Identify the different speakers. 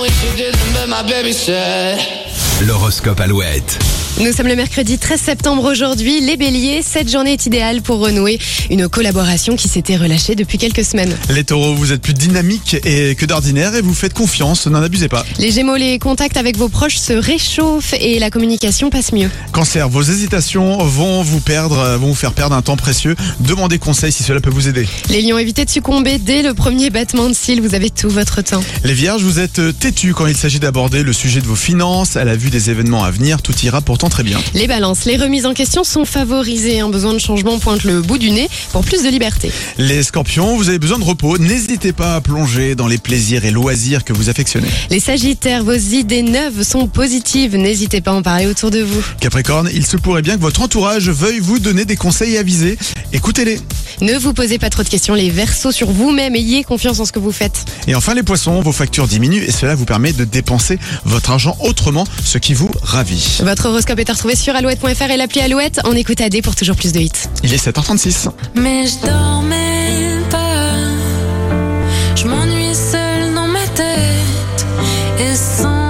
Speaker 1: wish you didn't, but my baby said.
Speaker 2: L'horoscope Alouette.
Speaker 3: Nous sommes le mercredi 13 septembre aujourd'hui. Les béliers, cette journée est idéale pour renouer une collaboration qui s'était relâchée depuis quelques semaines.
Speaker 4: Les taureaux, vous êtes plus dynamiques et que d'ordinaire et vous faites confiance, n'en abusez pas.
Speaker 3: Les gémeaux, les contacts avec vos proches se réchauffent et la communication passe mieux.
Speaker 4: Cancer, vos hésitations vont vous perdre, euh, vont vous faire perdre un temps précieux. Demandez conseil si cela peut vous aider.
Speaker 3: Les lions, évitez de succomber dès le premier battement de cils, vous avez tout votre temps.
Speaker 4: Les vierges, vous êtes euh, têtus quand il s'agit d'aborder le sujet de vos finances. À la vue des événements à venir, tout ira pourtant très bien.
Speaker 3: Les balances, les remises en question sont favorisées, un besoin de changement pointe le bout du nez pour plus de liberté.
Speaker 4: Les scorpions, vous avez besoin de repos. N'hésitez pas à plonger dans les plaisirs et loisirs que vous affectionnez.
Speaker 3: Les sagittaires, vos idées neuves sont positives, n'hésitez pas à en parler autour de vous.
Speaker 4: Capricorne, il se pourrait bien que votre entourage veuille vous donner des conseils avisés. Écoutez-les.
Speaker 3: Ne vous posez pas trop de questions, les versos sur vous-même, ayez confiance en ce que vous faites.
Speaker 4: Et enfin les poissons, vos factures diminuent et cela vous permet de dépenser votre argent autrement, ce qui vous ravit.
Speaker 3: Votre horoscope est à retrouver sur alouette.fr et l'appli Alouette. On écoute AD pour toujours plus de hits.
Speaker 4: Il est 7h36.
Speaker 5: Mais je dormais pas. Je m'ennuie seule dans ma tête et sans.